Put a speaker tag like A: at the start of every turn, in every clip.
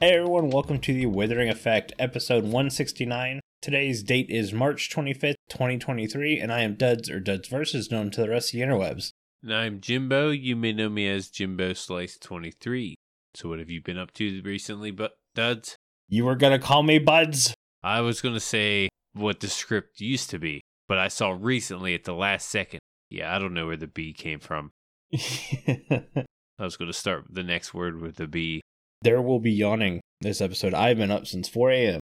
A: Hey everyone, welcome to the Withering Effect, episode 169. Today's date is March 25th, 2023, and I am Duds or Duds Versus, known to the rest of the interwebs.
B: And I'm Jimbo. You may know me as Jimbo Slice 23. So, what have you been up to recently, but duds?
A: You were gonna call me Buds?
B: I was going to say what the script used to be, but I saw recently at the last second. Yeah, I don't know where the B came from. I was going to start the next word with the B.
A: there will be yawning this episode. I've been up since 4 a.m.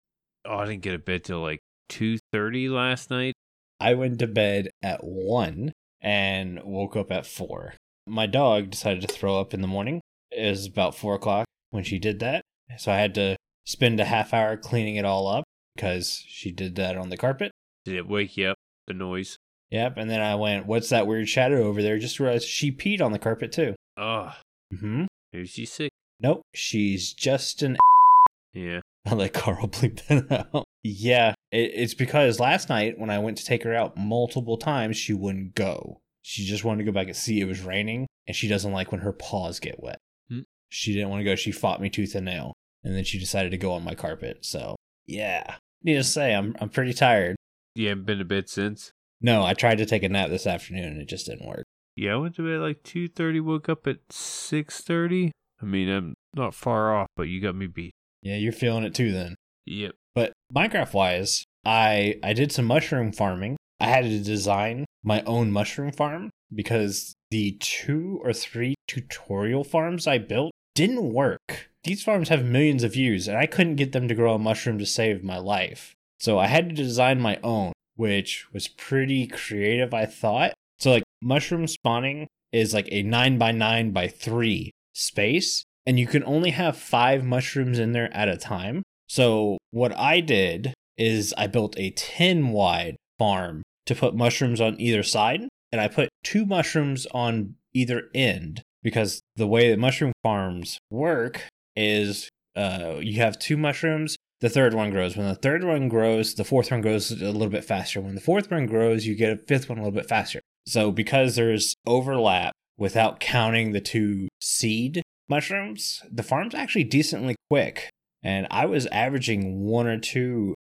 B: Oh, I didn't get a bed till like 2.30 last night.
A: I went to bed at 1 and woke up at 4. My dog decided to throw up in the morning. It was about 4 o'clock when she did that. So I had to spend a half hour cleaning it all up because she did that on the carpet.
B: Did it wake you up? The noise?
A: Yep. And then I went, What's that weird shadow over there? Just realized she peed on the carpet too.
B: Oh,
A: hmm.
B: maybe she's sick.
A: Nope. She's just an
B: Yeah.
A: I'll let Carl bleep that out. Yeah, it, it's because last night when I went to take her out multiple times, she wouldn't go. She just wanted to go back and see. It was raining, and she doesn't like when her paws get wet.
B: Hmm.
A: She didn't want to go. She fought me tooth and nail, and then she decided to go on my carpet. So yeah, needless to say, I'm I'm pretty tired.
B: You haven't been to bed since?
A: No, I tried to take a nap this afternoon, and it just didn't work.
B: Yeah, I went to bed at like two thirty. Woke up at six thirty. I mean, I'm not far off, but you got me beat.
A: Yeah, you're feeling it too, then.
B: Yep.
A: But Minecraft wise, I I did some mushroom farming. I had to design my own mushroom farm because the two or three tutorial farms I built didn't work. These farms have millions of views and I couldn't get them to grow a mushroom to save my life. So I had to design my own, which was pretty creative I thought. So like mushroom spawning is like a 9 by 9 by 3 space and you can only have 5 mushrooms in there at a time. So what I did is I built a 10 wide farm to put mushrooms on either side, and I put two mushrooms on either end because the way that mushroom farms work is uh, you have two mushrooms. The third one grows. When the third one grows, the fourth one grows a little bit faster. When the fourth one grows, you get a fifth one a little bit faster. So, because there's overlap without counting the two seed mushrooms, the farm's actually decently quick and I was averaging one or two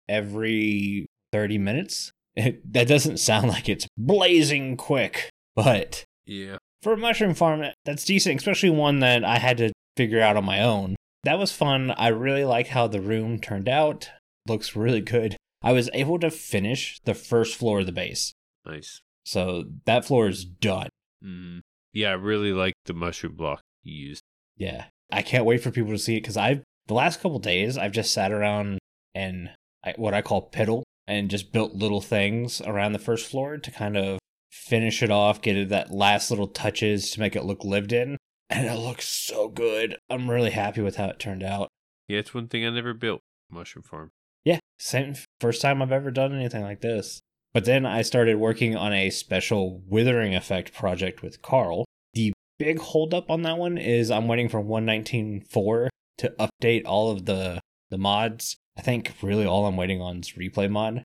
A: every 30 minutes. that doesn't sound like it's blazing quick, but
B: Yeah.
A: for a mushroom farm, that- that's decent, especially one that I had to figure out on my own. That was fun. I really like how the room turned out. Looks really good. I was able to finish the first floor of the base.
B: Nice.
A: So that floor is done.
B: Mm. Yeah, I really like the mushroom block you used.
A: Yeah. I can't wait for people to see it because I've, the last couple days, I've just sat around and I, what I call piddle and just built little things around the first floor to kind of finish it off, get it that last little touches to make it look lived in. And it looks so good. I'm really happy with how it turned out.
B: Yeah, it's one thing I never built. Mushroom farm.
A: Yeah, same first time I've ever done anything like this. But then I started working on a special withering effect project with Carl. The big holdup on that one is I'm waiting for 119.4 to update all of the the mods. I think really all I'm waiting on is replay mod.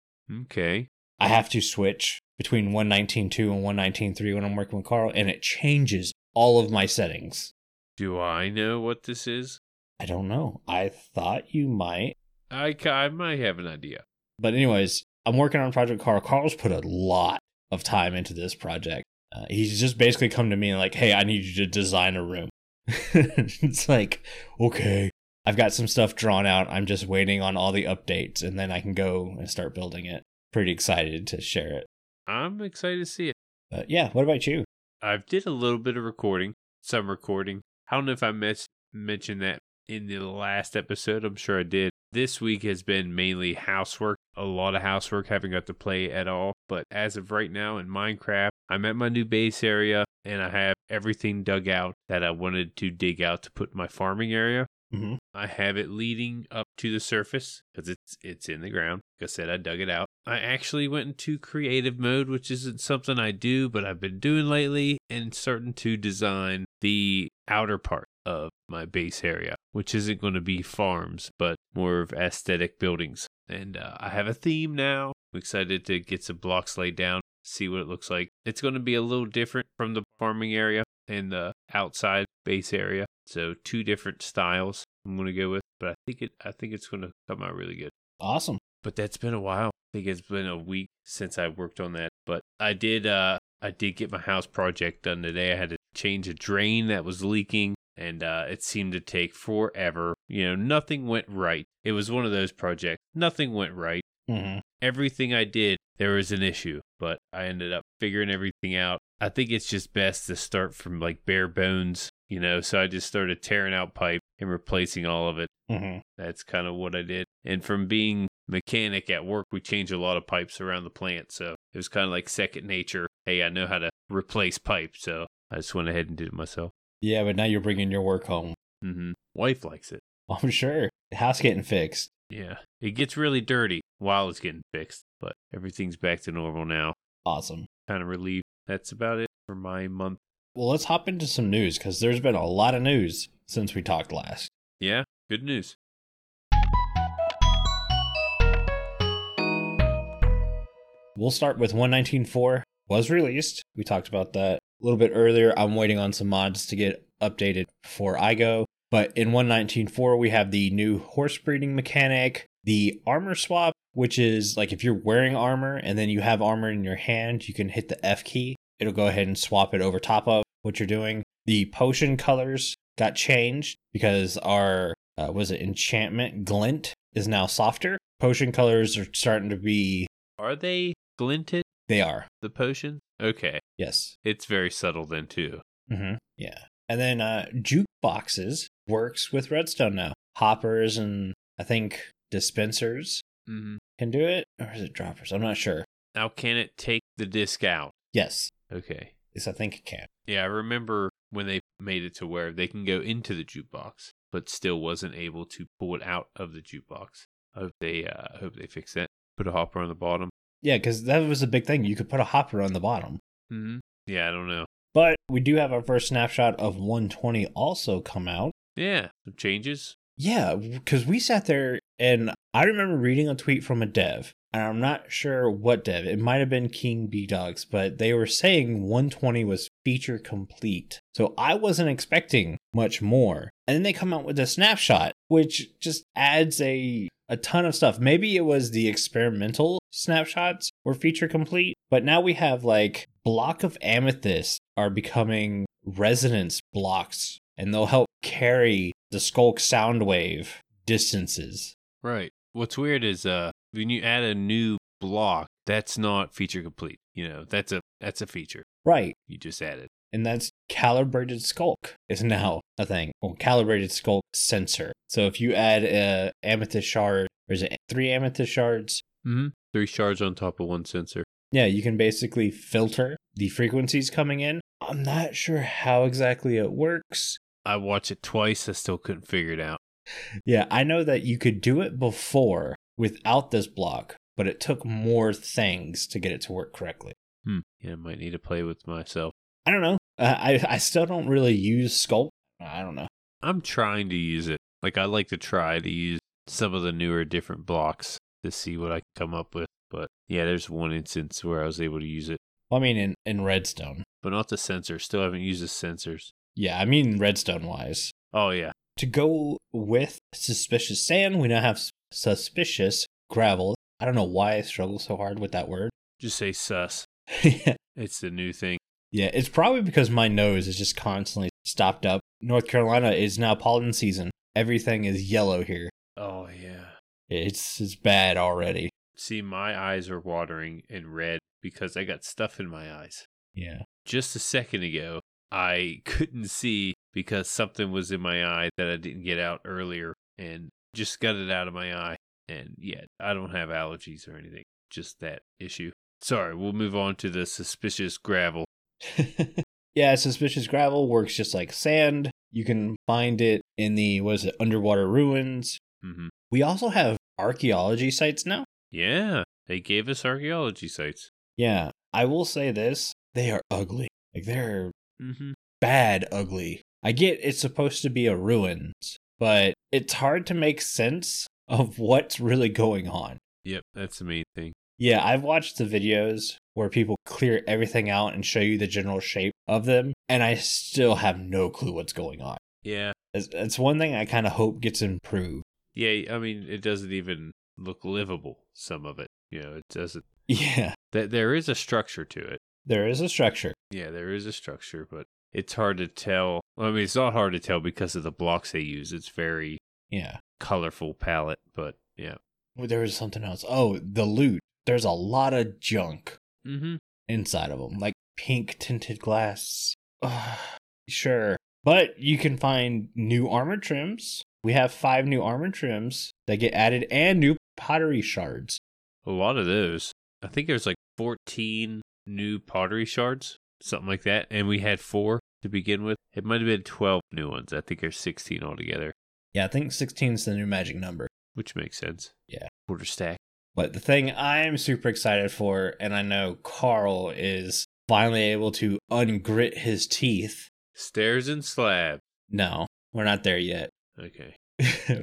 B: Okay.
A: I have to switch between 119.2 and 119.3 when I'm working with Carl, and it changes all of my settings.
B: Do I know what this is?
A: I don't know. I thought you might.
B: I ca- I might have an idea.
A: But anyways, I'm working on Project Carl. Carl's put a lot of time into this project. Uh, he's just basically come to me and like, "Hey, I need you to design a room." it's like, okay, I've got some stuff drawn out. I'm just waiting on all the updates, and then I can go and start building it. Pretty excited to share it.
B: I'm excited to see it.
A: But yeah, what about you?
B: I've did a little bit of recording, some recording. I don't know if I mes- mentioned that in the last episode. I'm sure I did. This week has been mainly housework, a lot of housework. Haven't got to play at all, but as of right now in Minecraft, I'm at my new base area and I have everything dug out that I wanted to dig out to put in my farming area.
A: Mhm.
B: I have it leading up to the surface because it's it's in the ground. Like I said, I dug it out. I actually went into creative mode, which isn't something I do, but I've been doing lately, and starting to design the outer part of my base area, which isn't going to be farms, but more of aesthetic buildings. And uh, I have a theme now. I'm excited to get some blocks laid down, see what it looks like. It's going to be a little different from the farming area and the outside base area. So, two different styles. I'm gonna go with, but I think it I think it's gonna come out really good.
A: Awesome.
B: But that's been a while. I think it's been a week since I worked on that. But I did uh I did get my house project done today. I had to change a drain that was leaking and uh it seemed to take forever. You know, nothing went right. It was one of those projects. Nothing went right
A: Mm-hmm.
B: everything I did, there was an issue, but I ended up figuring everything out. I think it's just best to start from like bare bones, you know? So I just started tearing out pipe and replacing all of it.
A: Mm-hmm.
B: That's kind of what I did. And from being mechanic at work, we change a lot of pipes around the plant. So it was kind of like second nature. Hey, I know how to replace pipe. So I just went ahead and did it myself.
A: Yeah, but now you're bringing your work home.
B: hmm Wife likes it.
A: I'm sure. The house getting fixed.
B: Yeah. It gets really dirty while it's getting fixed, but everything's back to normal now.
A: Awesome.
B: kind of relieved. That's about it for my month.
A: Well, let's hop into some news because there's been a lot of news since we talked last.
B: Yeah, good news.
A: We'll start with 119.4 was released. We talked about that a little bit earlier. I'm waiting on some mods to get updated before I go. But in 119.4, we have the new horse breeding mechanic, the armor swap, which is like if you're wearing armor and then you have armor in your hand, you can hit the F key. It'll go ahead and swap it over top of what you're doing. The potion colors got changed because our, uh, was it enchantment glint is now softer. Potion colors are starting to be,
B: Are they glinted,
A: they are,
B: the potion? Okay.
A: yes.
B: It's very subtle then, too.
A: Mm-hmm. Yeah. And then uh, jukeboxes works with redstone now. Hoppers and I think dispensers
B: Mm-hmm.
A: can do it, or is it droppers? I'm not sure.
B: Now, can it take the disc out?
A: Yes,
B: Okay.
A: yes, I think it can.
B: Yeah, I remember when they made it to where they can go into the jukebox, but still wasn't able to pull it out of the jukebox. I hope they, uh, I hope they fix that. Put a hopper on the bottom.
A: Yeah, because that was a big thing. You could put a hopper on the bottom.
B: Mm-hmm. Yeah, I don't know.
A: But we do have our first snapshot of 120 also come out.
B: Yeah, some changes.
A: Yeah, because we sat there and I remember reading a tweet from a dev, and I'm not sure what dev. It might have been King B Dogs, but they were saying 120 was feature complete. So I wasn't expecting much more. And then they come out with a snapshot, which just adds a a ton of stuff. Maybe it was the experimental snapshots were feature complete, but now we have like block of amethyst are becoming resonance blocks and they'll help carry the skulk sound wave distances.
B: Right. What's weird is uh when you add a new block, that's not feature complete. You know, that's a that's a feature
A: Right.
B: you just added.
A: And that's calibrated skulk is now a thing. Well, calibrated skulk sensor. So if you add a amethyst shard, or is it three amethyst shards?
B: Mm-hmm. Three shards on top of one sensor.
A: Yeah, you can basically filter the frequencies coming in. I'm not sure how exactly it works.
B: I watched it twice. I still couldn't figure it out.
A: Yeah, I know that you could do it before without this block, but it took more things to get it to work correctly.
B: Hmm. Yeah, I might need to play with myself.
A: I don't know. Uh, I I still don't really use sculpt. I don't know.
B: I'm trying to use it. Like I like to try to use some of the newer different blocks to see what I can come up with. But yeah, there's one instance where I was able to use it,
A: Well, I mean, in in redstone.
B: but not the sensor. Still haven't used the sensors.
A: Yeah, I mean redstone wise.
B: Oh yeah.
A: To go with suspicious sand, we now have s- suspicious gravel. I don't know why I struggle so hard with that word.
B: Just say sus.
A: yeah,
B: It's the new thing.
A: it's probably because my nose is just constantly stopped up. North Carolina is now pollen season. Everything is yellow here.
B: Oh yeah.
A: It's it's bad already.
B: See, my eyes are watering and red because I got stuff in my eyes.
A: Yeah.
B: Just a second ago, I couldn't see because something was in my eye that I didn't get out earlier and just got it out of my eye. And yet, I don't have allergies or anything, just that issue. Sorry, we'll move on to the suspicious gravel.
A: yeah, suspicious gravel works just like sand. You can find it in the what is it underwater ruins.
B: hmm
A: We also have archaeology sites now.
B: Yeah, they gave us archaeology sites.
A: Yeah, I will say this: they are ugly. Like they're
B: Mm-hmm.
A: bad ugly. I get it's supposed to be a ruins, but it's hard to make sense of what's really going on.
B: Yep, that's the main thing.
A: Yeah, I've watched the videos where people clear everything out and show you the general shape of them, and I still have no clue what's going on.
B: Yeah.
A: It's, it's one thing I kind of hope gets improved.
B: Yeah. I mean, it doesn't even look livable, some of it. You know, it doesn't.
A: Yeah,
B: That There is a structure to it.
A: there is a structure.
B: Yeah, there is a structure, but it's hard to tell. I mean, it's not hard to tell because of the blocks they use. It's very
A: Yeah.
B: colorful palette, but yeah.
A: Well, There was something else. Oh, the loot. There's a lot of junk
B: Mm hmm.
A: inside of them, like pink tinted glass. Ugh, sure. But you can find new armor trims. We have five new armor trims that get added and new pottery shards.
B: A lot of those. I think there's like 14 new pottery shards, something like that. And we had four to begin with. It might have been 12 new ones. I think there's 16 altogether,
A: Yeah, I think 16 is the new magic number.
B: which makes sense.
A: Yeah.
B: Quarter stack.
A: But the thing I'm super excited for, and I know Carl is finally able to ungrit his teeth.
B: Stairs and slab.
A: No, we're not there yet.
B: Okay.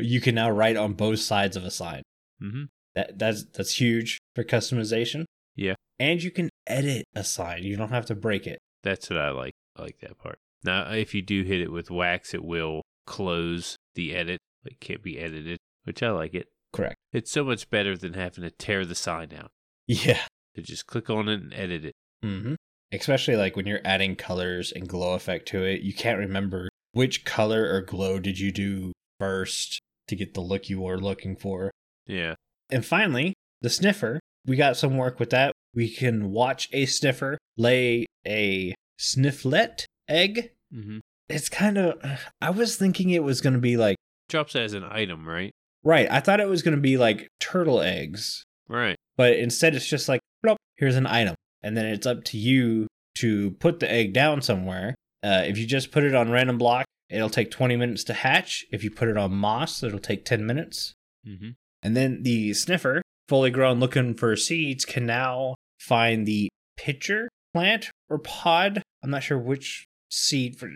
A: you can now write on both sides of a sign.
B: Mm-hmm.
A: That that's that's huge for customization.
B: Yeah.
A: And you can edit a sign. You don't have to break it.
B: That's what I like. I like that part. Now, if you do hit it with wax, it will close the edit. It can't be edited, which I like it.
A: Correct.
B: It's so much better than having to tear the sign out.
A: Yeah.
B: To just click on it and edit it.
A: Mm-hmm. Especially like when you're adding colors and glow effect to it, you can't remember which color or glow did you do first to get the look you were looking for.
B: Yeah.
A: And finally, the sniffer. We got some work with that. We can watch a sniffer lay a snifflet egg.
B: Mm-hmm.
A: It's kind of. I was thinking it was going to be like.
B: Drops as an item, right?
A: Right. I thought it was going to be like turtle eggs,
B: Right.
A: but instead it's just like, plop, here's an item. And then it's up to you to put the egg down somewhere. Uh, if you just put it on random block, it'll take 20 minutes to hatch. If you put it on moss, it'll take 10 minutes.
B: Mm-hmm.
A: And then the sniffer, fully grown looking for seeds, can now find the pitcher plant or pod. I'm not sure which seed for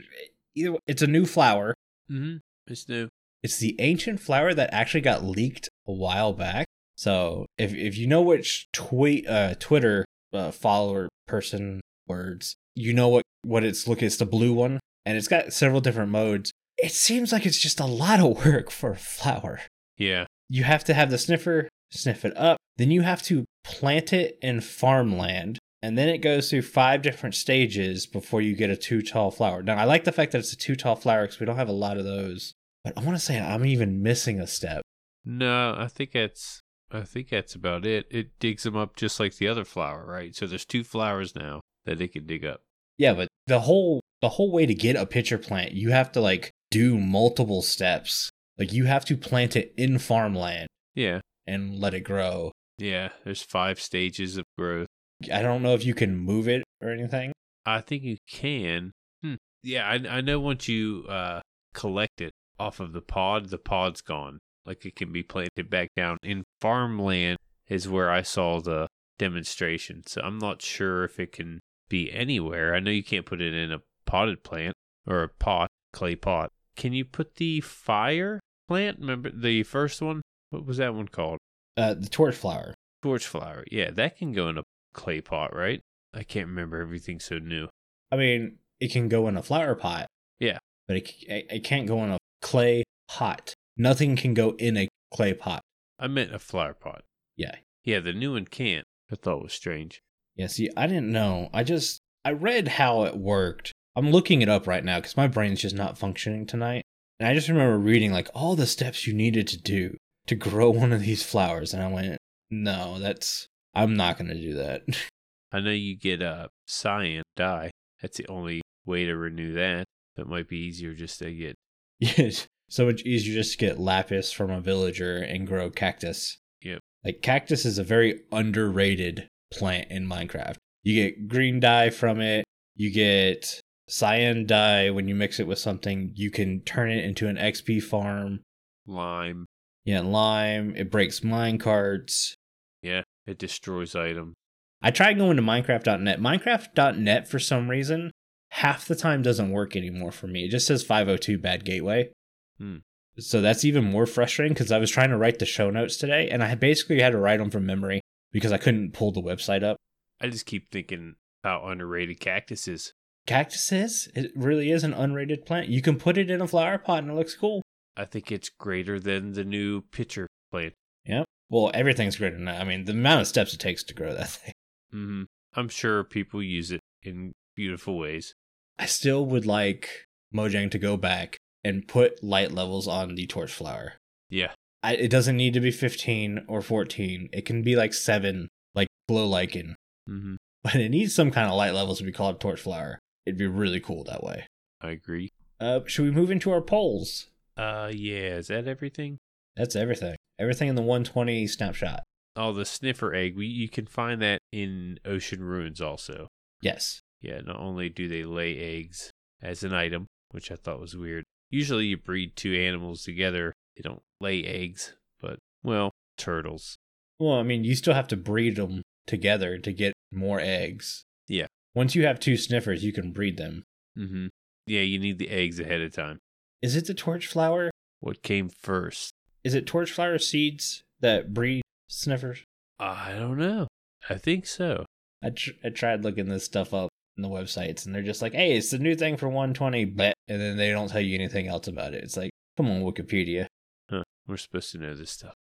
A: either way- it's a new flower.
B: Mm-hmm. It's new.
A: It's the ancient flower that actually got leaked a while back. So if if you know which tweet uh Twitter uh, follower person words, you know what what it's look it's the blue one and it's got several different modes. It seems like it's just a lot of work for a flower
B: Yeah.
A: you have to have the sniffer sniff it up. Then you have to plant it in farmland. And then it goes through five different stages before you get a too tall flower. Now, I like the fact that it's a too tall flower because we don't have a lot of those. But I want to say I'm even missing a step.
B: No, I think that's I think that's about it. It digs them up just like the other flower, right? So there's two flowers now that it can dig up.
A: Yeah, but the whole the whole way to get a pitcher plant, you have to like do multiple steps. Like you have to plant it in farmland
B: Yeah.
A: and let it grow.
B: Yeah. There's five stages of growth.
A: I don't know if you can move it or anything.
B: I think you can. Hmm. Yeah, I I know once you uh collect it off of the pod, the pod's gone. Like it can be planted back down in farmland is where I saw the demonstration. So I'm not sure if it can be anywhere. I know you can't put it in a potted plant or a pot, clay pot. Can you put the fire plant? Remember the first one? What was that one called?
A: Uh, the torch flower.
B: Torch flower. Yeah, that can go in a clay pot, right? I can't remember. Everything's so new.
A: I mean, it can go in a flower pot.
B: Yeah.
A: But it, c- it, it can't go in a clay pot. Nothing can go in a clay pot.
B: I meant a flower pot.
A: Yeah.
B: Yeah, the new one can't. I thought it was strange.
A: Yeah, see, I didn't know. I just, I read how it worked. I'm looking it up right now because my brain's just not functioning tonight. And I just remember reading like all the steps you needed to do to grow one of these flowers. And I went, no, that's, I'm not going to do that.
B: I know you get a uh, cyan dye. That's the only way to renew that. That might be easier just to get.
A: Yes. So much easier just to get lapis from a villager and grow cactus.
B: Yep.
A: Like cactus is a very underrated plant in Minecraft. You get green dye from it, you get cyan dye when you mix it with something, you can turn it into an XP farm.
B: lime.
A: Yeah, lime, it breaks mine carts.
B: Yeah, it destroys item.
A: I tried going to Minecraft.net. Minecraft.net for some reason half the time doesn't work anymore for me. It just says 502 bad gateway.
B: Hmm.
A: So that's even more frustrating because I was trying to write the show notes today and I basically had to write them from memory because I couldn't pull the website up.
B: I just keep thinking how underrated cactus is.
A: Cactuses, it really is an unrated plant. You can put it in a flower pot and it looks cool.
B: I think it's greater than the new pitcher plant.
A: Well, everything's greater than that. I mean, the amount of steps it takes to grow that thing.
B: hmm I'm sure people use it in beautiful ways.
A: I still would like Mojang to go back and put light levels on the torch flower.
B: Yeah.
A: I, it doesn't need to be 15 or 14. It can be like 7, like glow lichen.
B: hmm
A: But it needs some kind of light levels to be called torch flower. It'd be really cool that way.
B: I agree.
A: Uh, should we move into our polls?
B: Uh, yeah. Is that everything?
A: That's everything. Everything in the 120 snapshot.
B: Oh, the sniffer egg. We you can find that in ocean ruins also.
A: Yes.
B: Yeah. Not only do they lay eggs as an item, which I thought was weird. Usually, you breed two animals together. They don't lay eggs, but well, turtles.
A: Well, I mean, you still have to breed them together to get more eggs.
B: Yeah.
A: Once you have two sniffers, you can breed them.
B: Mm-hmm. Yeah, you need the eggs ahead of time.
A: Is it the torch flower?
B: What came first?
A: Is it torch flower seeds that breed sniffers?
B: I don't know. I think so.
A: I, tr- I tried looking this stuff up on the websites, and they're just like, "Hey, it's the new thing for 120," but and then they don't tell you anything else about it. It's like, come on, Wikipedia.
B: Huh. We're supposed to know this stuff.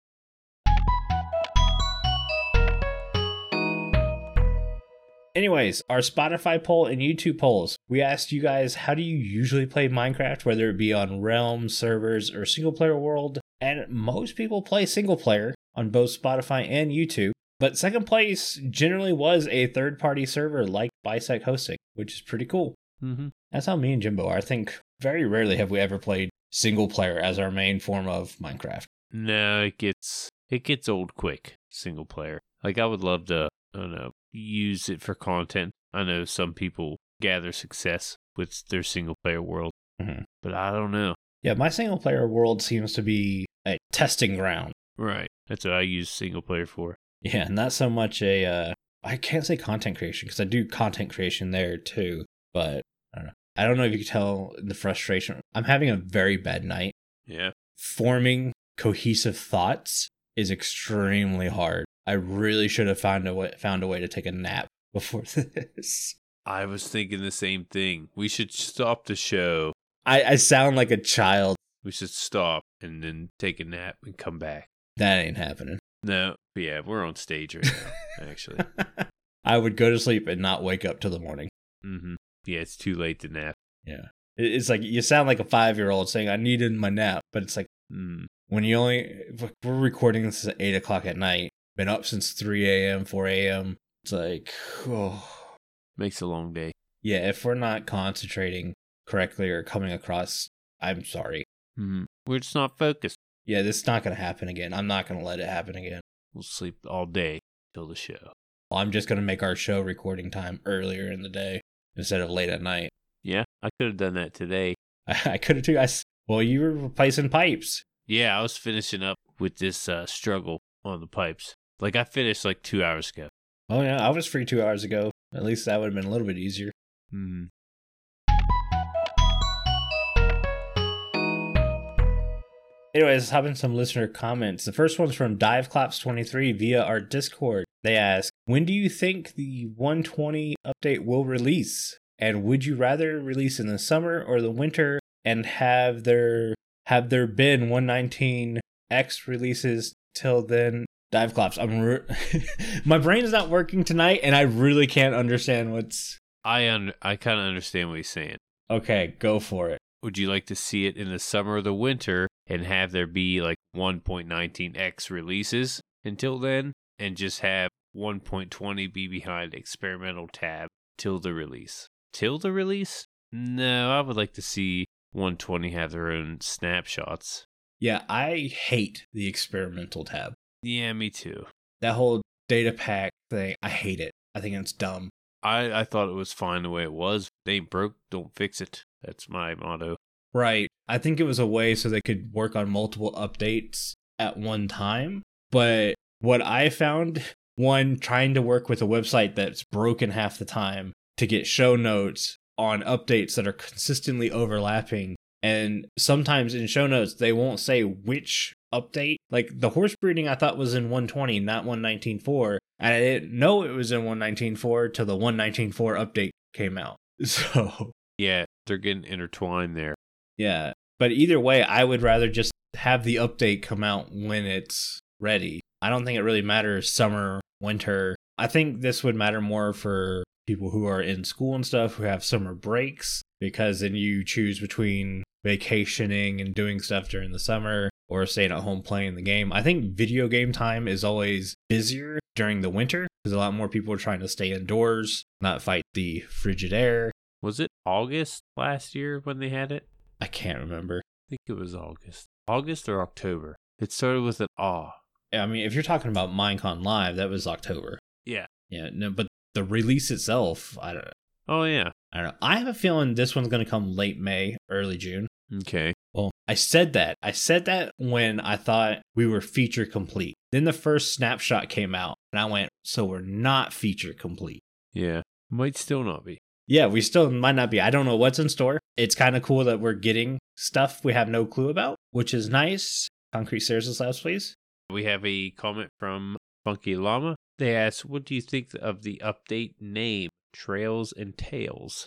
A: Anyways, our Spotify poll and YouTube polls. We asked you guys, how do you usually play Minecraft, whether it be on Realm servers or single player world? And most people play single player on both Spotify and YouTube. But second place generally was a third party server like Bisect Hosting, which is pretty cool.
B: Mm-hmm.
A: That's how me and Jimbo are. I think very rarely have we ever played single player as our main form of Minecraft.
B: No, it gets it gets old quick. Single player. Like I would love to. I don't know. Use it for content. I know some people gather success with their single player world,
A: Mhm.
B: but I don't know.
A: Yeah, my single player world seems to be a testing ground.
B: Right. That's what I use single player for.
A: Yeah, not so much a uh I can't say content creation because I do content creation there too, but I don't know. I don't know if you can tell the frustration. I'm having a very bad night.
B: Yeah.
A: Forming cohesive thoughts is extremely hard. I really should have found a way, found a way to take a nap before this.
B: I was thinking the same thing. We should stop the show.
A: I, I sound like a child.
B: We should stop and then take a nap and come back.
A: That ain't happening.
B: No. But yeah, we're on stage right now, actually.
A: I would go to sleep and not wake up till the morning.
B: Mm-hmm. Yeah, it's too late to nap.
A: Yeah. It- It's like you sound like a five year old saying, I needed my nap. But it's like
B: Mm.
A: when you only, if we're recording this at eight o'clock at night, been up since 3 a.m., 4 a.m. It's like, oh.
B: Makes a long day.
A: Yeah. If we're not concentrating correctly or coming across, I'm sorry.
B: Mm-hmm. We're just not focused.
A: Yeah. This is not going to happen again. I'm not going to let it happen again.
B: We'll sleep all day till the show.
A: I'm just going to make our show recording time earlier in the day instead of late at night.
B: Yeah, I could have done that today.
A: I, I could have too. I, s- well, you were replacing pipes.
B: Yeah, I was finishing up with this uh, struggle on the pipes. Like I finished like two hours ago.
A: Oh yeah, I was free two hours ago. At least that would have been a little bit easier.
B: Mm-hmm.
A: Anyways, let's hop in some listener comments. The first one's from DiveClaps23 via our Discord. They ask, when do you think the 120 update will release? And would you rather release in the summer or the winter and have there have there been 119x releases till then? DiveClaps, I'm re- my brain is not working tonight and I really can't understand what's
B: I un- I kind of understand what he's saying.
A: Okay, go for it.
B: Would you like to see it in the summer or the winter and have there be like 1.19x releases until then and just have 1.20 be behind experimental tab till the release? Till the release? No, I would like to see 120 have their own snapshots.
A: Yeah, I hate the experimental tab.
B: Yeah, me too.
A: that whole data pack thing i hate it i think it's dumb
B: I, I thought it was fine the way it was. They ain't broke, don't fix it. That's my motto.
A: right i think it was a way so they could work on multiple updates at one time but what i found one trying to work with a website that's broken half the time to get show notes on updates that are consistently overlapping and sometimes in show notes they won't say which update like the horse breeding i thought was in 120 not 119.4 and i didn't know it was in 119.4 till the 119.4 update came out So,
B: Yeah, they're getting intertwined there.
A: yeah. But either way, I would rather just have the update come out when it's ready. I don't think it really matters summer, winter. I think this would matter more for people who are in school and stuff who have summer breaks because then you choose between vacationing and doing stuff during the summer or staying at home playing the game. I think video game time is always busier during the winter because a lot more people are trying to stay indoors, not fight the frigid air.
B: Was it August last year when they had it?
A: I can't remember.
B: I think it was August. August or October. It started with an ah.
A: I mean, if you're talking about Minecon Live, that was October.
B: Yeah.
A: Yeah. No, but the release itself, I don't,
B: Oh yeah.
A: I don't know. I have a feeling this one's going to come late May, early June.
B: Okay.
A: Well, I said that. I said that when I thought we were feature complete. Then the first snapshot came out, and I went, so we're not feature complete.
B: Yeah. Might still not be.
A: Yeah, we still might not be. I don't know what's in store. It's kind of cool that we're getting stuff we have no clue about, which is nice. Concrete stairs and slabs, please.
B: We have a comment from Funky Llama. They ask, "What do you think of the update name Trails and Tales?"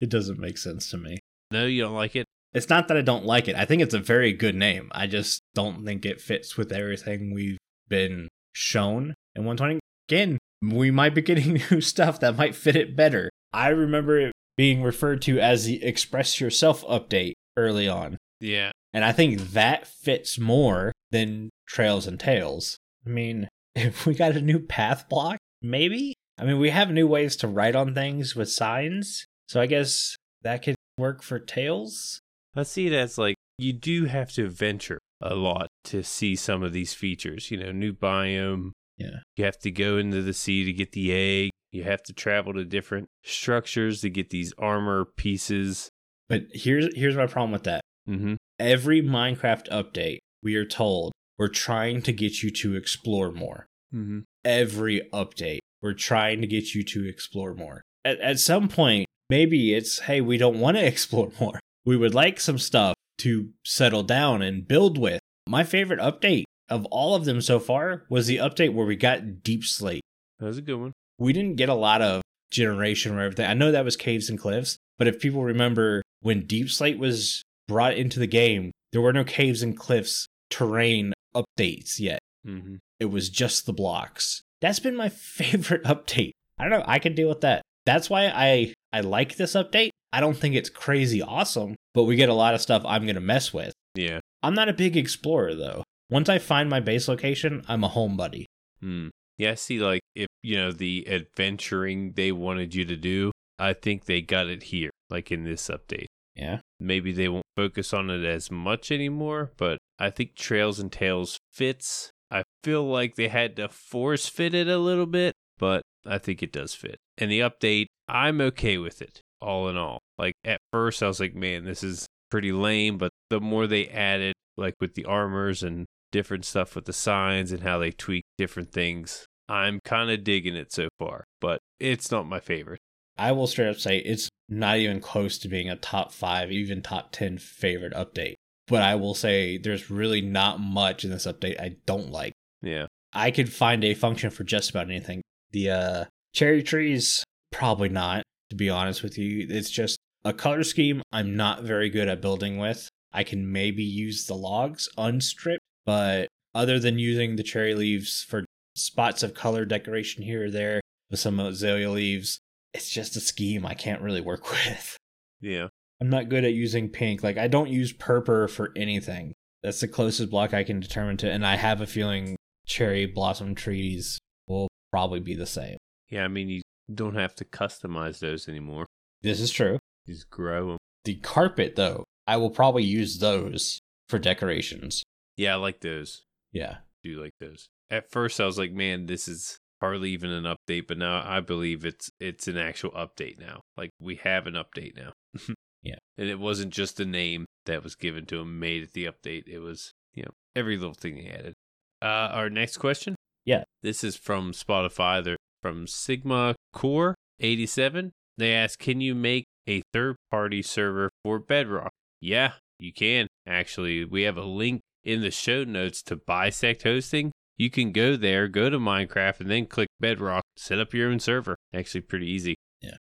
A: It doesn't make sense to me.
B: No, you don't like it.
A: It's not that I don't like it. I think it's a very good name. I just don't think it fits with everything we've been shown in 120. Again, we might be getting new stuff that might fit it better. I remember it being referred to as the Express Yourself update early on.
B: Yeah.
A: And I think that fits more than Trails and Tails. I mean, if we got a new path block, maybe? I mean, we have new ways to write on things with signs. So I guess that could work for Tails.
B: I see it as like you do have to venture a lot to see some of these features. You know, new biome.
A: Yeah.
B: You have to go into the sea to get the egg. You have to travel to different structures to get these armor pieces.
A: But here's here's my problem with that.
B: Mm-hmm.
A: Every Minecraft update, we are told we're trying to get you to explore more.
B: Mm-hmm.
A: Every update, we're trying to get you to explore more. At at some point, maybe it's hey, we don't want to explore more. We would like some stuff to settle down and build with. My favorite update of all of them so far was the update where we got deep slate
B: That was a good one.
A: we didn't get a lot of generation or everything. I know that was caves and cliffs, but if people remember when Deep Slate was brought into the game, there were no caves and cliffs terrain updates yet.
B: Mm-hmm.
A: It was just the blocks. That's been my favorite update. I don't know, I can deal with that. That's why I I like this update. I don't think it's crazy awesome, but we get a lot of stuff I'm going to mess with.
B: Yeah.
A: I'm not a big explorer though. Once I find my base location, I'm a homebody.
B: Mm. Yeah, I see, like, if, you know, the adventuring they wanted you to do, I think they got it here, like in this update.
A: Yeah.
B: Maybe they won't focus on it as much anymore, but I think Trails and Tales fits. I feel like they had to force fit it a little bit, but I think it does fit. And the update, I'm okay with it, all in all. Like, at first, I was like, man, this is pretty lame, but the more they added, like with the armors and different stuff with the signs and how they tweak different things. I'm kind of digging it so far, but it's not my favorite.
A: I will straight up say it's not even close to being a top five, even top 10 favorite update. But I will say there's really not much in this update I don't like.
B: Yeah.
A: I could find a function for just about anything. The uh, cherry trees, probably not, to be honest with you. It's just a color scheme I'm not very good at building with. I can maybe use the logs unstripped, but other than using the cherry leaves for spots of color decoration here or there with some azalea leaves, it's just a scheme I can't really work with.
B: Yeah.
A: I'm not good at using pink. Like I don't use purple for anything. That's the closest block I can determine to, and I have a feeling cherry blossom trees will probably be the same.
B: Yeah. I mean, you don't have to customize those anymore.
A: This is true.
B: You just grow them.
A: The carpet though, I will probably use those for decorations.
B: Yeah. I like those.
A: Yeah.
B: do like those. At first, I was like, man, this is hardly even an update, but now I believe it's it's an actual update now. Like we have an update now.
A: Yeah.
B: and it wasn't just the name that was given to him made it the update. It was you know every little thing they added. Uh, our next question.
A: Yeah.
B: this is from Spotify. They're from Sigma Core eighty seven. They ask, can you make a third party server for Bedrock? Yeah, you can. Actually, we have a link in the show notes to bisect hosting. You can go there, go to Minecraft, and then click Bedrock, set up your own server. Actually, pretty easy.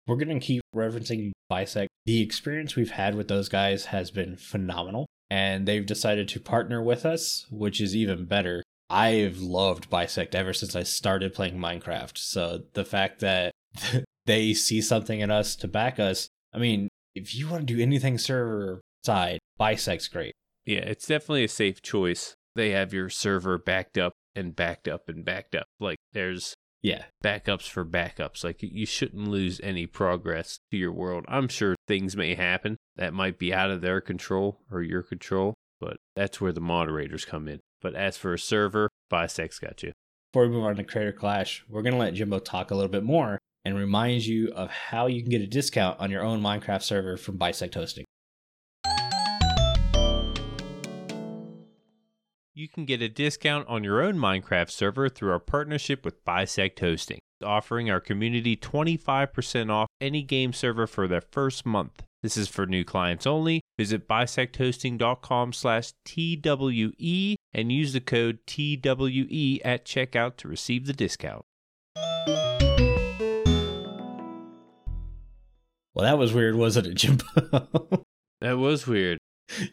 A: We're going to keep referencing Bisect. The experience we've had with those guys has been phenomenal, and they've decided to partner with us, which is even better. I've loved Bisect ever since I started playing Minecraft. So the fact that they see something in us to back us, I mean, if you want to do anything server side, Bisect's great.
B: Yeah, it's definitely a safe choice. They have your server backed up and backed up and backed up. Like there's
A: Yeah.
B: backups for backups. Like you shouldn't lose any progress to your world. I'm sure things may happen that might be out of their control or your control, but that's where the moderators come in. But as for a server, Bisect's got you.
A: Before we move on to Creator Clash, we're going to let Jimbo talk a little bit more and remind you of how you can get a discount on your own Minecraft server from Bisect Hosting.
B: You can get a discount on your own Minecraft server through our partnership with Bisect Hosting, offering our community 25% off any game server for their first month. This is for new clients only. Visit bisecthosting.com slash TWE and use the code TWE at checkout to receive the discount.
A: Well, that was weird, wasn't it, Jimbo?
B: That was weird.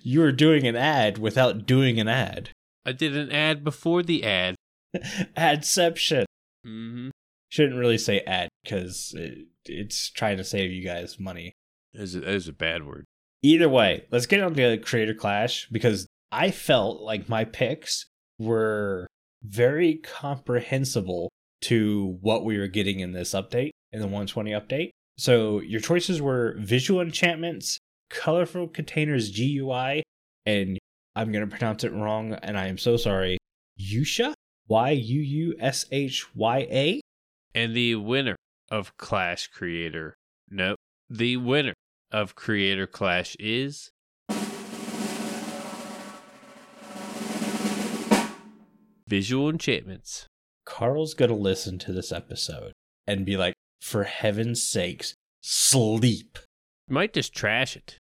A: you were doing an ad without doing an ad.
B: I did an ad before the ad.
A: Adception.
B: Mm-hmm.
A: Shouldn't really say ad because it, it's trying to save you guys money.
B: That was a, that was a bad word.
A: Either way, let's get on to Creator Clash because I felt like my picks were very comprehensible to what we were getting in this update, in the 120 update. So your choices were visual enchantments, colorful containers GUI, and I'm going to pronounce it wrong, and I am so sorry. Yusha? Y U U S H Y A?
B: And the winner of Clash Creator. Nope. The winner of Creator Clash is. Visual Enchantments.
A: Carl's going to listen to this episode and be like, for heaven's sakes, sleep.
B: Might just trash it.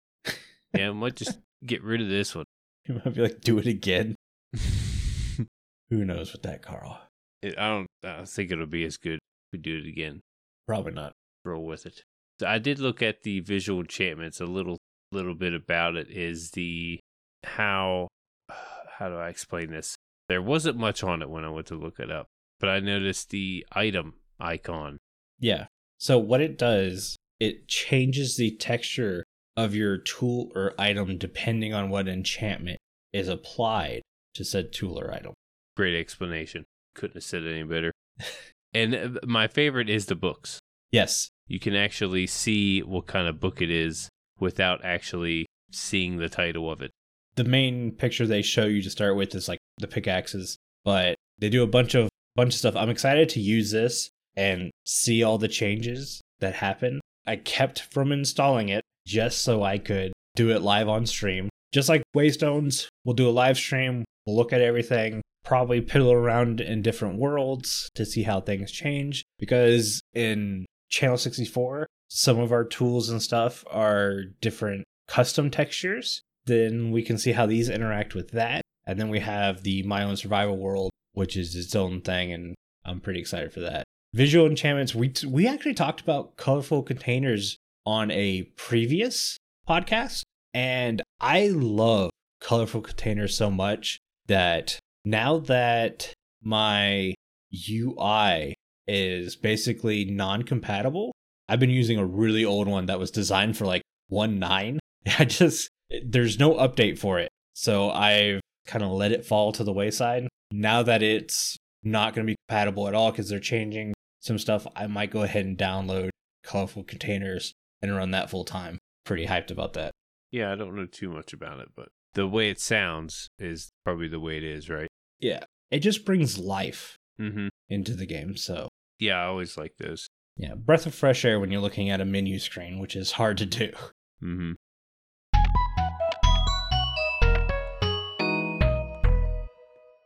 B: Yeah, might just get rid of this one.
A: He might be like, do it again. Who knows with that, Carl?
B: It- I don't. I don't think it'll be as good if we do it again.
A: Probably not.
B: roll with it. So I did look at the visual enchantments a little little bit about it is the how how do I explain this? There wasn't much on it when I went to look it up, but I noticed the item icon.
A: Yeah. So what it does, it changes the texture of your tool or item depending on what enchantment is applied to said tool or item.
B: Great explanation. Couldn't have said it any better. and uh, my favorite is the books.
A: Yes.
B: You can actually see what kind of book it is without actually seeing the title of it.
A: The main picture they show you to start with is like the pickaxes, but they do a bunch of bunch of stuff. I'm excited to use this and see all the changes that happen. I kept from installing it just so I could do it live on stream. Just like Waystones, we'll do a live stream, we'll look at everything, probably piddle around in different worlds to see how things change. Because in Channel 64, some of our tools and stuff are different custom textures. Then we can see how these interact with that. And then we have the My Own Survival World, which is its own thing, and I'm pretty excited for that. Visual enchantments, we, t- we actually talked about colorful containers on a previous podcast. And I love colorful containers so much that now that my UI is basically non compatible, I've been using a really old one that was designed for like 1.9. I just, there's no update for it. So I've kind of let it fall to the wayside. Now that it's not going to be compatible at all because they're changing some stuff, I might go ahead and download colorful containers and run that full time. Pretty hyped about that.
B: Yeah, I don't know too much about it, but the way it sounds is probably the way it is, right?
A: Yeah. It just brings life
B: Mm-hmm.
A: into the game. So,
B: Yeah, I always like those.
A: yeah, breath of fresh air when you're looking at a menu screen, which is hard to do.
B: Mm-hmm.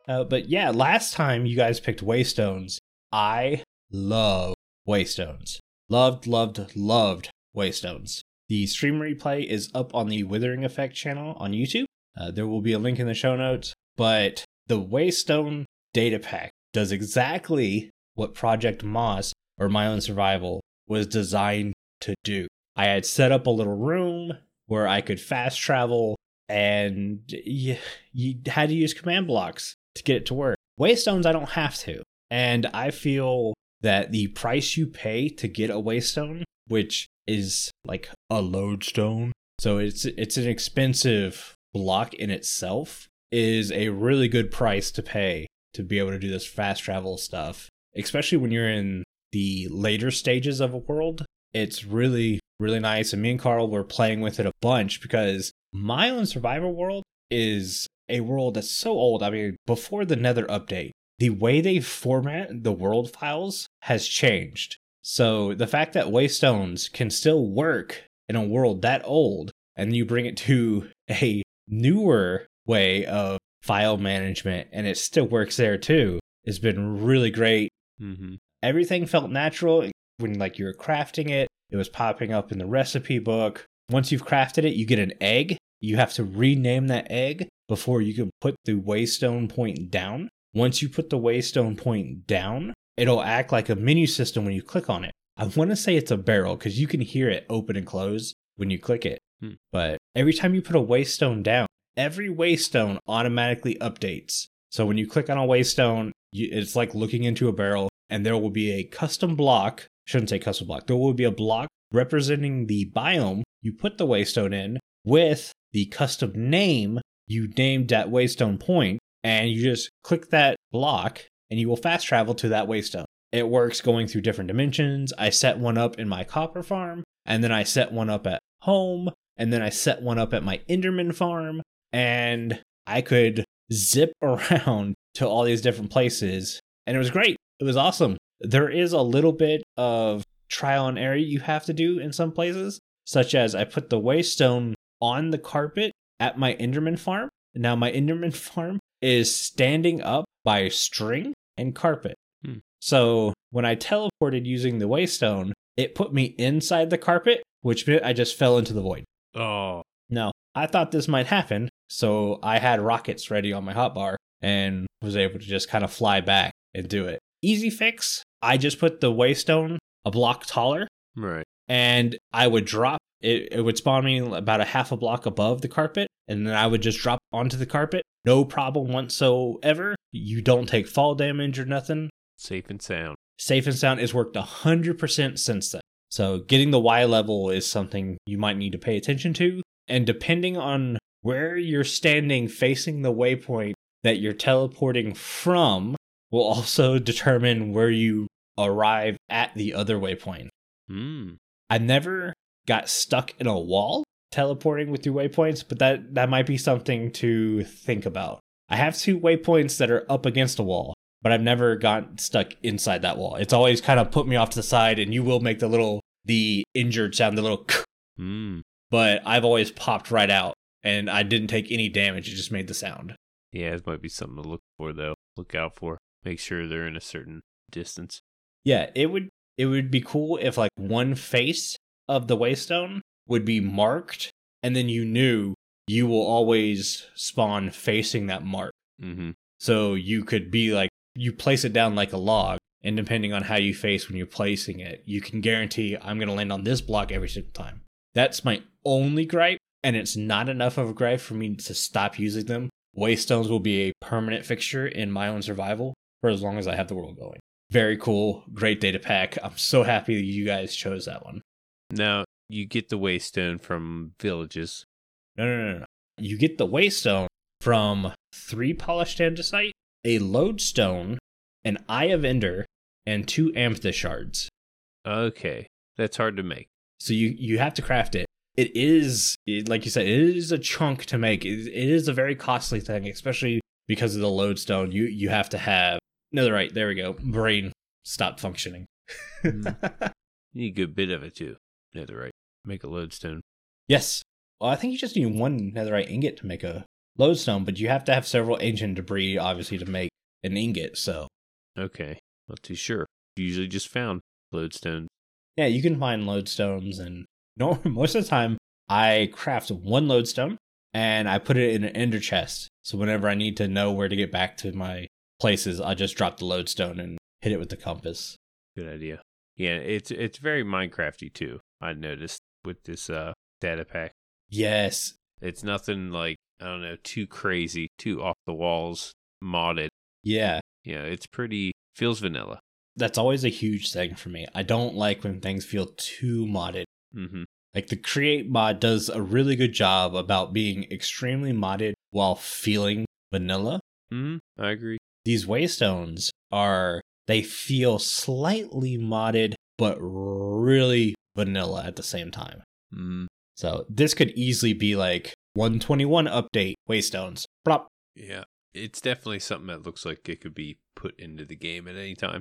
A: Uh, but yeah, last time you guys picked Waystones. I love Waystones. Loved, loved, loved Waystones. The stream replay is up on the Withering Effect channel on YouTube. Uh, there will be a link in the show notes. But the Waystone data pack does exactly what Project Moss or My Own Survival was designed to do. I had set up a little room where I could fast travel, and you, you had to use command blocks to get it to work. Waystones, I don't have to. And I feel that the price you pay to get a waystone, which is like a lodestone, so it's it's an expensive block in itself, is a really good price to pay to be able to do this fast travel stuff, especially when you're in the later stages of a world. It's really, really nice. And me and Carl were playing with it a bunch because my own survival world is a world that's so old. I mean, before the Nether update, the way they format the world files has changed. So the fact that waystones can still work in a world that old and you bring it to a newer way of file management and it still works there too has been really great.
B: Mm-hmm.
A: Everything felt natural when like you were crafting it, it was popping up in the recipe book. Once you've crafted it, you get an egg. You have to rename that egg before you can put the waystone point down. Once you put the waystone point down, it'll act like a menu system when you click on it. I want to say it's a barrel because you can hear it open and close when you click it.
B: Hmm.
A: But every time you put a waystone down, every waystone automatically updates. So when you click on a waystone, you, it's like looking into a barrel, and there will be a custom block. Shouldn't say custom block. There will be a block representing the biome you put the waystone in with the custom name you named that waystone point, and you just click that block, and you will fast travel to that waystone. It works going through different dimensions. I set one up in my copper farm, and then I set one up at home, and then I set one up at my Enderman farm, and I could zip around to all these different places, and it was great. It was awesome. There is a little bit of trial and error you have to do in some places, such as I put the waystone on the carpet at my Enderman farm. Now my Enderman farm is standing up by string and carpet.
B: Hmm.
A: So when I teleported using the waystone, it put me inside the carpet, which meant I just fell into the void.
B: Oh,
A: Now, I thought this might happen, so I had rockets ready on my hotbar and was able to just kind of fly back and do it. Easy fix. I just put the waystone a block taller
B: right.
A: and I would drop it, it would spawn me about a half a block above the carpet, and then I would just drop onto the carpet. No problem whatsoever. You don't take fall damage or nothing.
B: Safe and sound.
A: Safe and sound has worked 100% since then. So, getting the Y level is something you might need to pay attention to. And depending on where you're standing facing the waypoint that you're teleporting from, will also determine where you arrive at the other waypoint.
B: Mm.
A: I never got stuck in a wall teleporting with two waypoints, but that that might be something to think about. I have two waypoints that are up against a wall, but I've never gotten stuck inside that wall. It's always kind of put me off to the side, and you will make the little the injured sound, the little.
B: Mm.
A: But I've always popped right out, and I didn't take any damage. It just made the sound.
B: Yeah, this might be something to look for, though. Look out for. Make sure they're in a certain distance.
A: Yeah, it would it would be cool if like one face of the waystone would be marked and then you knew you will always spawn facing that mark.
B: Mm-hmm.
A: So you could be like you place it down like a log and depending on how you face when you're placing it, you can guarantee I'm going to land on this block every single time. That's my only gripe and it's not enough of a gripe for me to stop using them. Waystones will be a permanent fixture in my own survival for as long as I have the world going. Very cool, great data pack. I'm so happy that you guys chose that one.
B: Now, you get the waystone from villages.
A: No, no, no, no. You get the waystone from three polished andesite, a lodestone, an eye of ender, and two amethyst shards.
B: Okay. That's hard to make.
A: So you you have to craft it. It is it, like you said, it is a chunk to make. It, it is a very costly thing, especially because of the lodestone. You you have to have no, right there we go. Brain stopped functioning.
B: You need a good bit of it, too. Netherite. Make a lodestone.
A: Yes. Well, I think you just need one netherite ingot to make a lodestone, but you have to have several ancient debris, obviously, to make an ingot. So,
B: Okay. Not too sure. Usually just found lodestone.
A: yeah, you can find lodestones, and no, most of the time, I craft one lodestone and I put it in an ender chest. So, whenever I need to know where to get back to my places, I just drop the lodestone and hit it with the compass.
B: Good idea. Yeah, it's it's very Minecrafty too. I noticed with this uh data pack.
A: Yes.
B: It's nothing like I don't know too crazy, too off the walls modded.
A: Yeah.
B: Yeah, it's pretty feels vanilla.
A: That's always a huge thing for me. I don't like when things feel too modded.
B: Mm-hmm.
A: Like the create mod does a really good job about being extremely modded while feeling vanilla.
B: Mm-hmm. I agree.
A: These waystones are they feel slightly modded but really vanilla at the same time.
B: Mm.
A: So this could easily be like 121 update waystones. Plop.
B: Yeah, it's definitely something that looks like it could be put into the game at any time.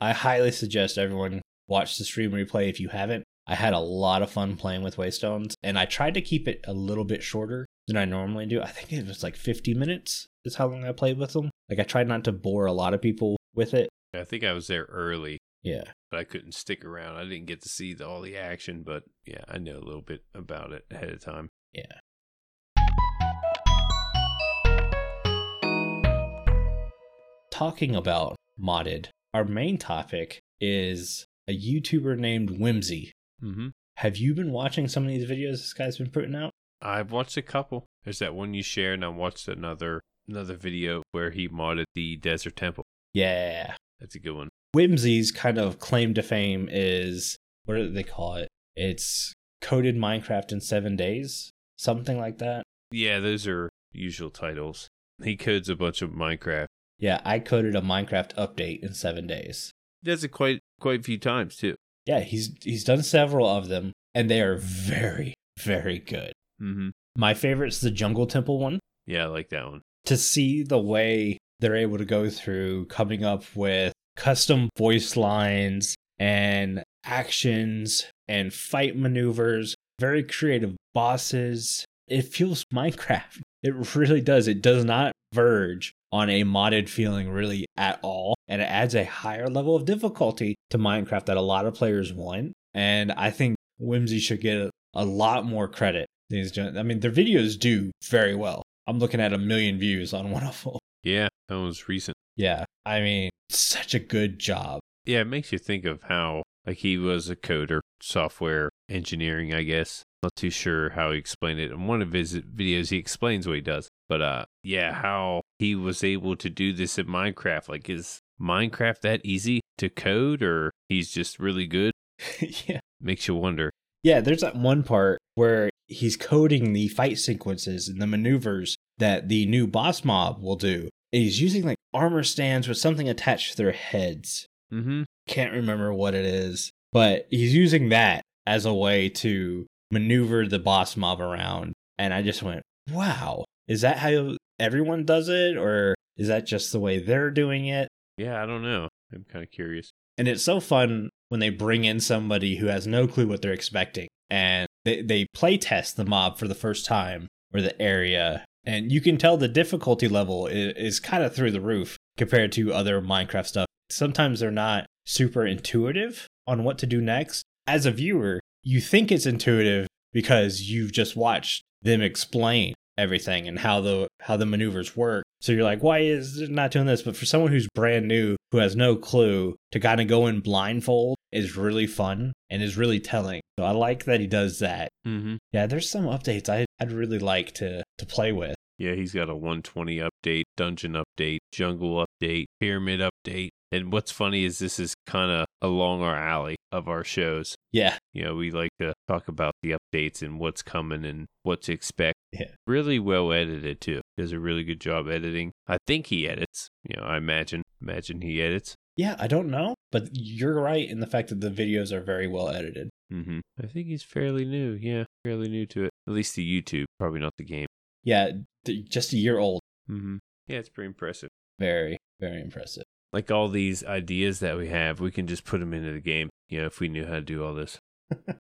A: I highly suggest everyone watch the stream replay if you haven't. I had a lot of fun playing with Waystones, and I tried to keep it a little bit shorter than I normally do. I think it was like 50 minutes is how long I played with them. Like I tried not to bore a lot of people with it.
B: I think I was there early,
A: Yeah.
B: but I couldn't stick around. I didn't get to see the, all the action, but yeah, I know a little bit about it ahead of time.
A: Yeah. Talking about modded, our main topic is a YouTuber named Whimsy.
B: Mm-hmm.
A: Have you been watching some of these videos this guy's been putting out?
B: I've watched a couple. There's that one you shared, and I watched another another video where he modded the desert temple.
A: Yeah.
B: That's a good one.
A: Whimsy's kind of claim to fame is what do they call it? It's coded Minecraft in seven days, something like that.
B: Yeah, those are usual titles. He codes a bunch of Minecraft.
A: Yeah, I coded a Minecraft update in seven days.
B: Does it quite quite a few times too.
A: Yeah, he's he's done several of them, and they are very very good.
B: Mm-hmm.
A: My favorite's the Jungle Temple one.
B: Yeah, I like that one.
A: To see the way they're able to go through coming up with custom voice lines and actions and fight maneuvers, very creative bosses. It feels Minecraft. It really does. It does not verge on a modded feeling really at all. And it adds a higher level of difficulty to Minecraft that a lot of players want. And I think Whimsy should get a, a lot more credit. than he's doing. I mean, their videos do very well. I'm looking at a million views on one of them.
B: Yeah, that one's recent.
A: Yeah, I mean, such a good job.
B: Yeah, it makes you think of how like he was a coder, software engineering, I guess. Not too sure how he explained it. In one of his videos he explains what he does. But uh yeah, how he was able to do this in Minecraft. Like is Minecraft that easy to code or he's just really good?
A: yeah.
B: Makes you wonder.
A: Yeah, there's that one part where he's coding the fight sequences and the maneuvers that the new boss mob will do. And he's using like armor stands with something attached to their heads.
B: Mm-hmm.
A: Can't remember what it is, but he's using that as a way to maneuver the boss mob around. And I just went, wow, is that how everyone does it? Or is that just the way they're doing it?
B: Yeah, I don't know. I'm kinda curious.
A: And it's so fun when they bring in somebody who has no clue what they're expecting and they, they play test the mob for the first time or the area. And you can tell the difficulty level is, is kind of through the roof compared to other Minecraft stuff. Sometimes they're not super intuitive on what to do next. As a viewer, you think it's intuitive because you've just watched them explain everything and how the how the maneuvers work. So you're like, why is it not doing this? But for someone who's brand new, who has no clue, to kind of go in blindfold is really fun and is really telling. So I like that he does that.
B: Mm-hmm.
A: Yeah, there's some updates I, I'd really like to to play with.
B: Yeah, he's got a 120 update, dungeon update, jungle update, pyramid update. And what's funny is this is kind of along our alley of our shows.
A: Yeah,
B: You know, we like to talk about the updates and what's coming and what to expect.
A: Yeah.
B: Really well edited, too. Does a really good job editing. I think he edits. You know, I imagine. Imagine he edits.
A: yeah, I don't know, but you're right in the fact that the videos are very well edited.
B: Mm-hmm. I think he's fairly new. Yeah, fairly new to it. At least the YouTube, probably not the game.
A: Yeah, th- just a year old.
B: Mm-hmm. Yeah, it's pretty impressive.
A: Very, very impressive.
B: like all these ideas that we have, we can just put them into the game. You know, if we knew how to do all this.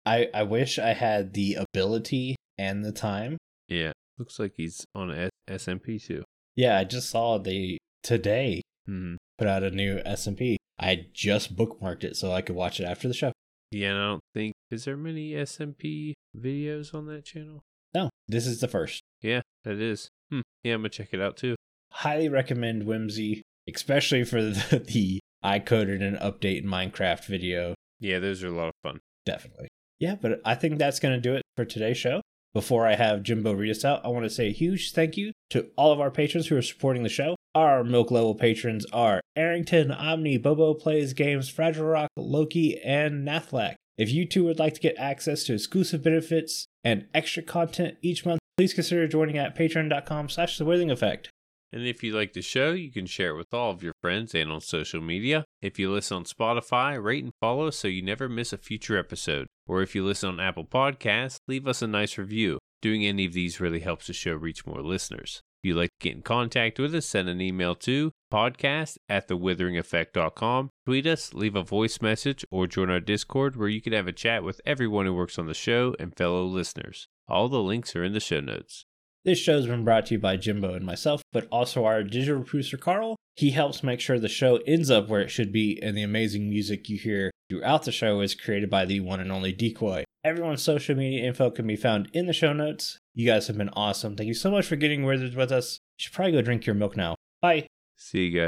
A: I, I wish I had the ability and the time
B: Yeah. Looks like he's on S- SMP too.
A: Yeah, I just saw they today
B: hmm
A: put out a new S and P. I just bookmarked it so I could watch it after the show.
B: Yeah, and I don't think is there many SMP videos on that channel.
A: No, this is the first.
B: Yeah, that is. Hmm. Yeah, I'm gonna check it out too.
A: Highly recommend Whimsy, especially for the, the I coded an update in Minecraft video.
B: Yeah, those are a lot of fun.
A: Definitely. Yeah, but I think that's going to do it for today's show. Before I have Jimbo read us out, I want to say a huge thank you to all of our patrons who are supporting the show. Our milk level patrons are Arrington, Omni, Bobo Plays Games, Fragile Rock, Loki, and Nathlack. If you too would like to get access to exclusive benefits and extra content each month, please consider joining at patreon.com slash the Withing Effect.
B: And if you like the show, you can share it with all of your friends and on social media. If you listen on Spotify, rate and follow so you never miss a future episode. Or if you listen on Apple Podcasts, leave us a nice review. Doing any of these really helps the show reach more listeners. If you'd like to get in contact with us, send an email to podcast at thewitheringeffect.com. Tweet us, leave a voice message, or join our Discord where you can have a chat with everyone who works on the show and fellow listeners. All the links are in the show notes.
A: This show's been brought to you by Jimbo and myself, but also our digital producer Carl. He helps make sure the show ends up where it should be, and the amazing music you hear throughout the show is created by the one and only Decoy. Everyone's social media info can be found in the show notes. You guys have been awesome. Thank you so much for getting wizards with us. You should probably go drink your milk now. Bye.
B: See you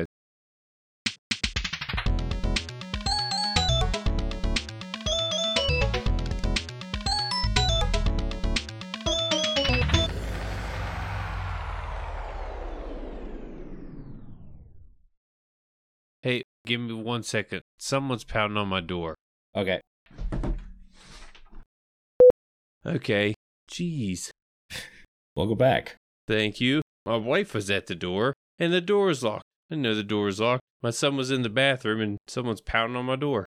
B: guys. Hey, give me one second. Someone's pounding on my door.
A: Okay.
B: Okay. Jeez.
A: Welcome back.
B: Thank you. My wife was at the door, and the door is locked. I didn't know the door was locked. My son was in the bathroom, and someone's pounding on my door.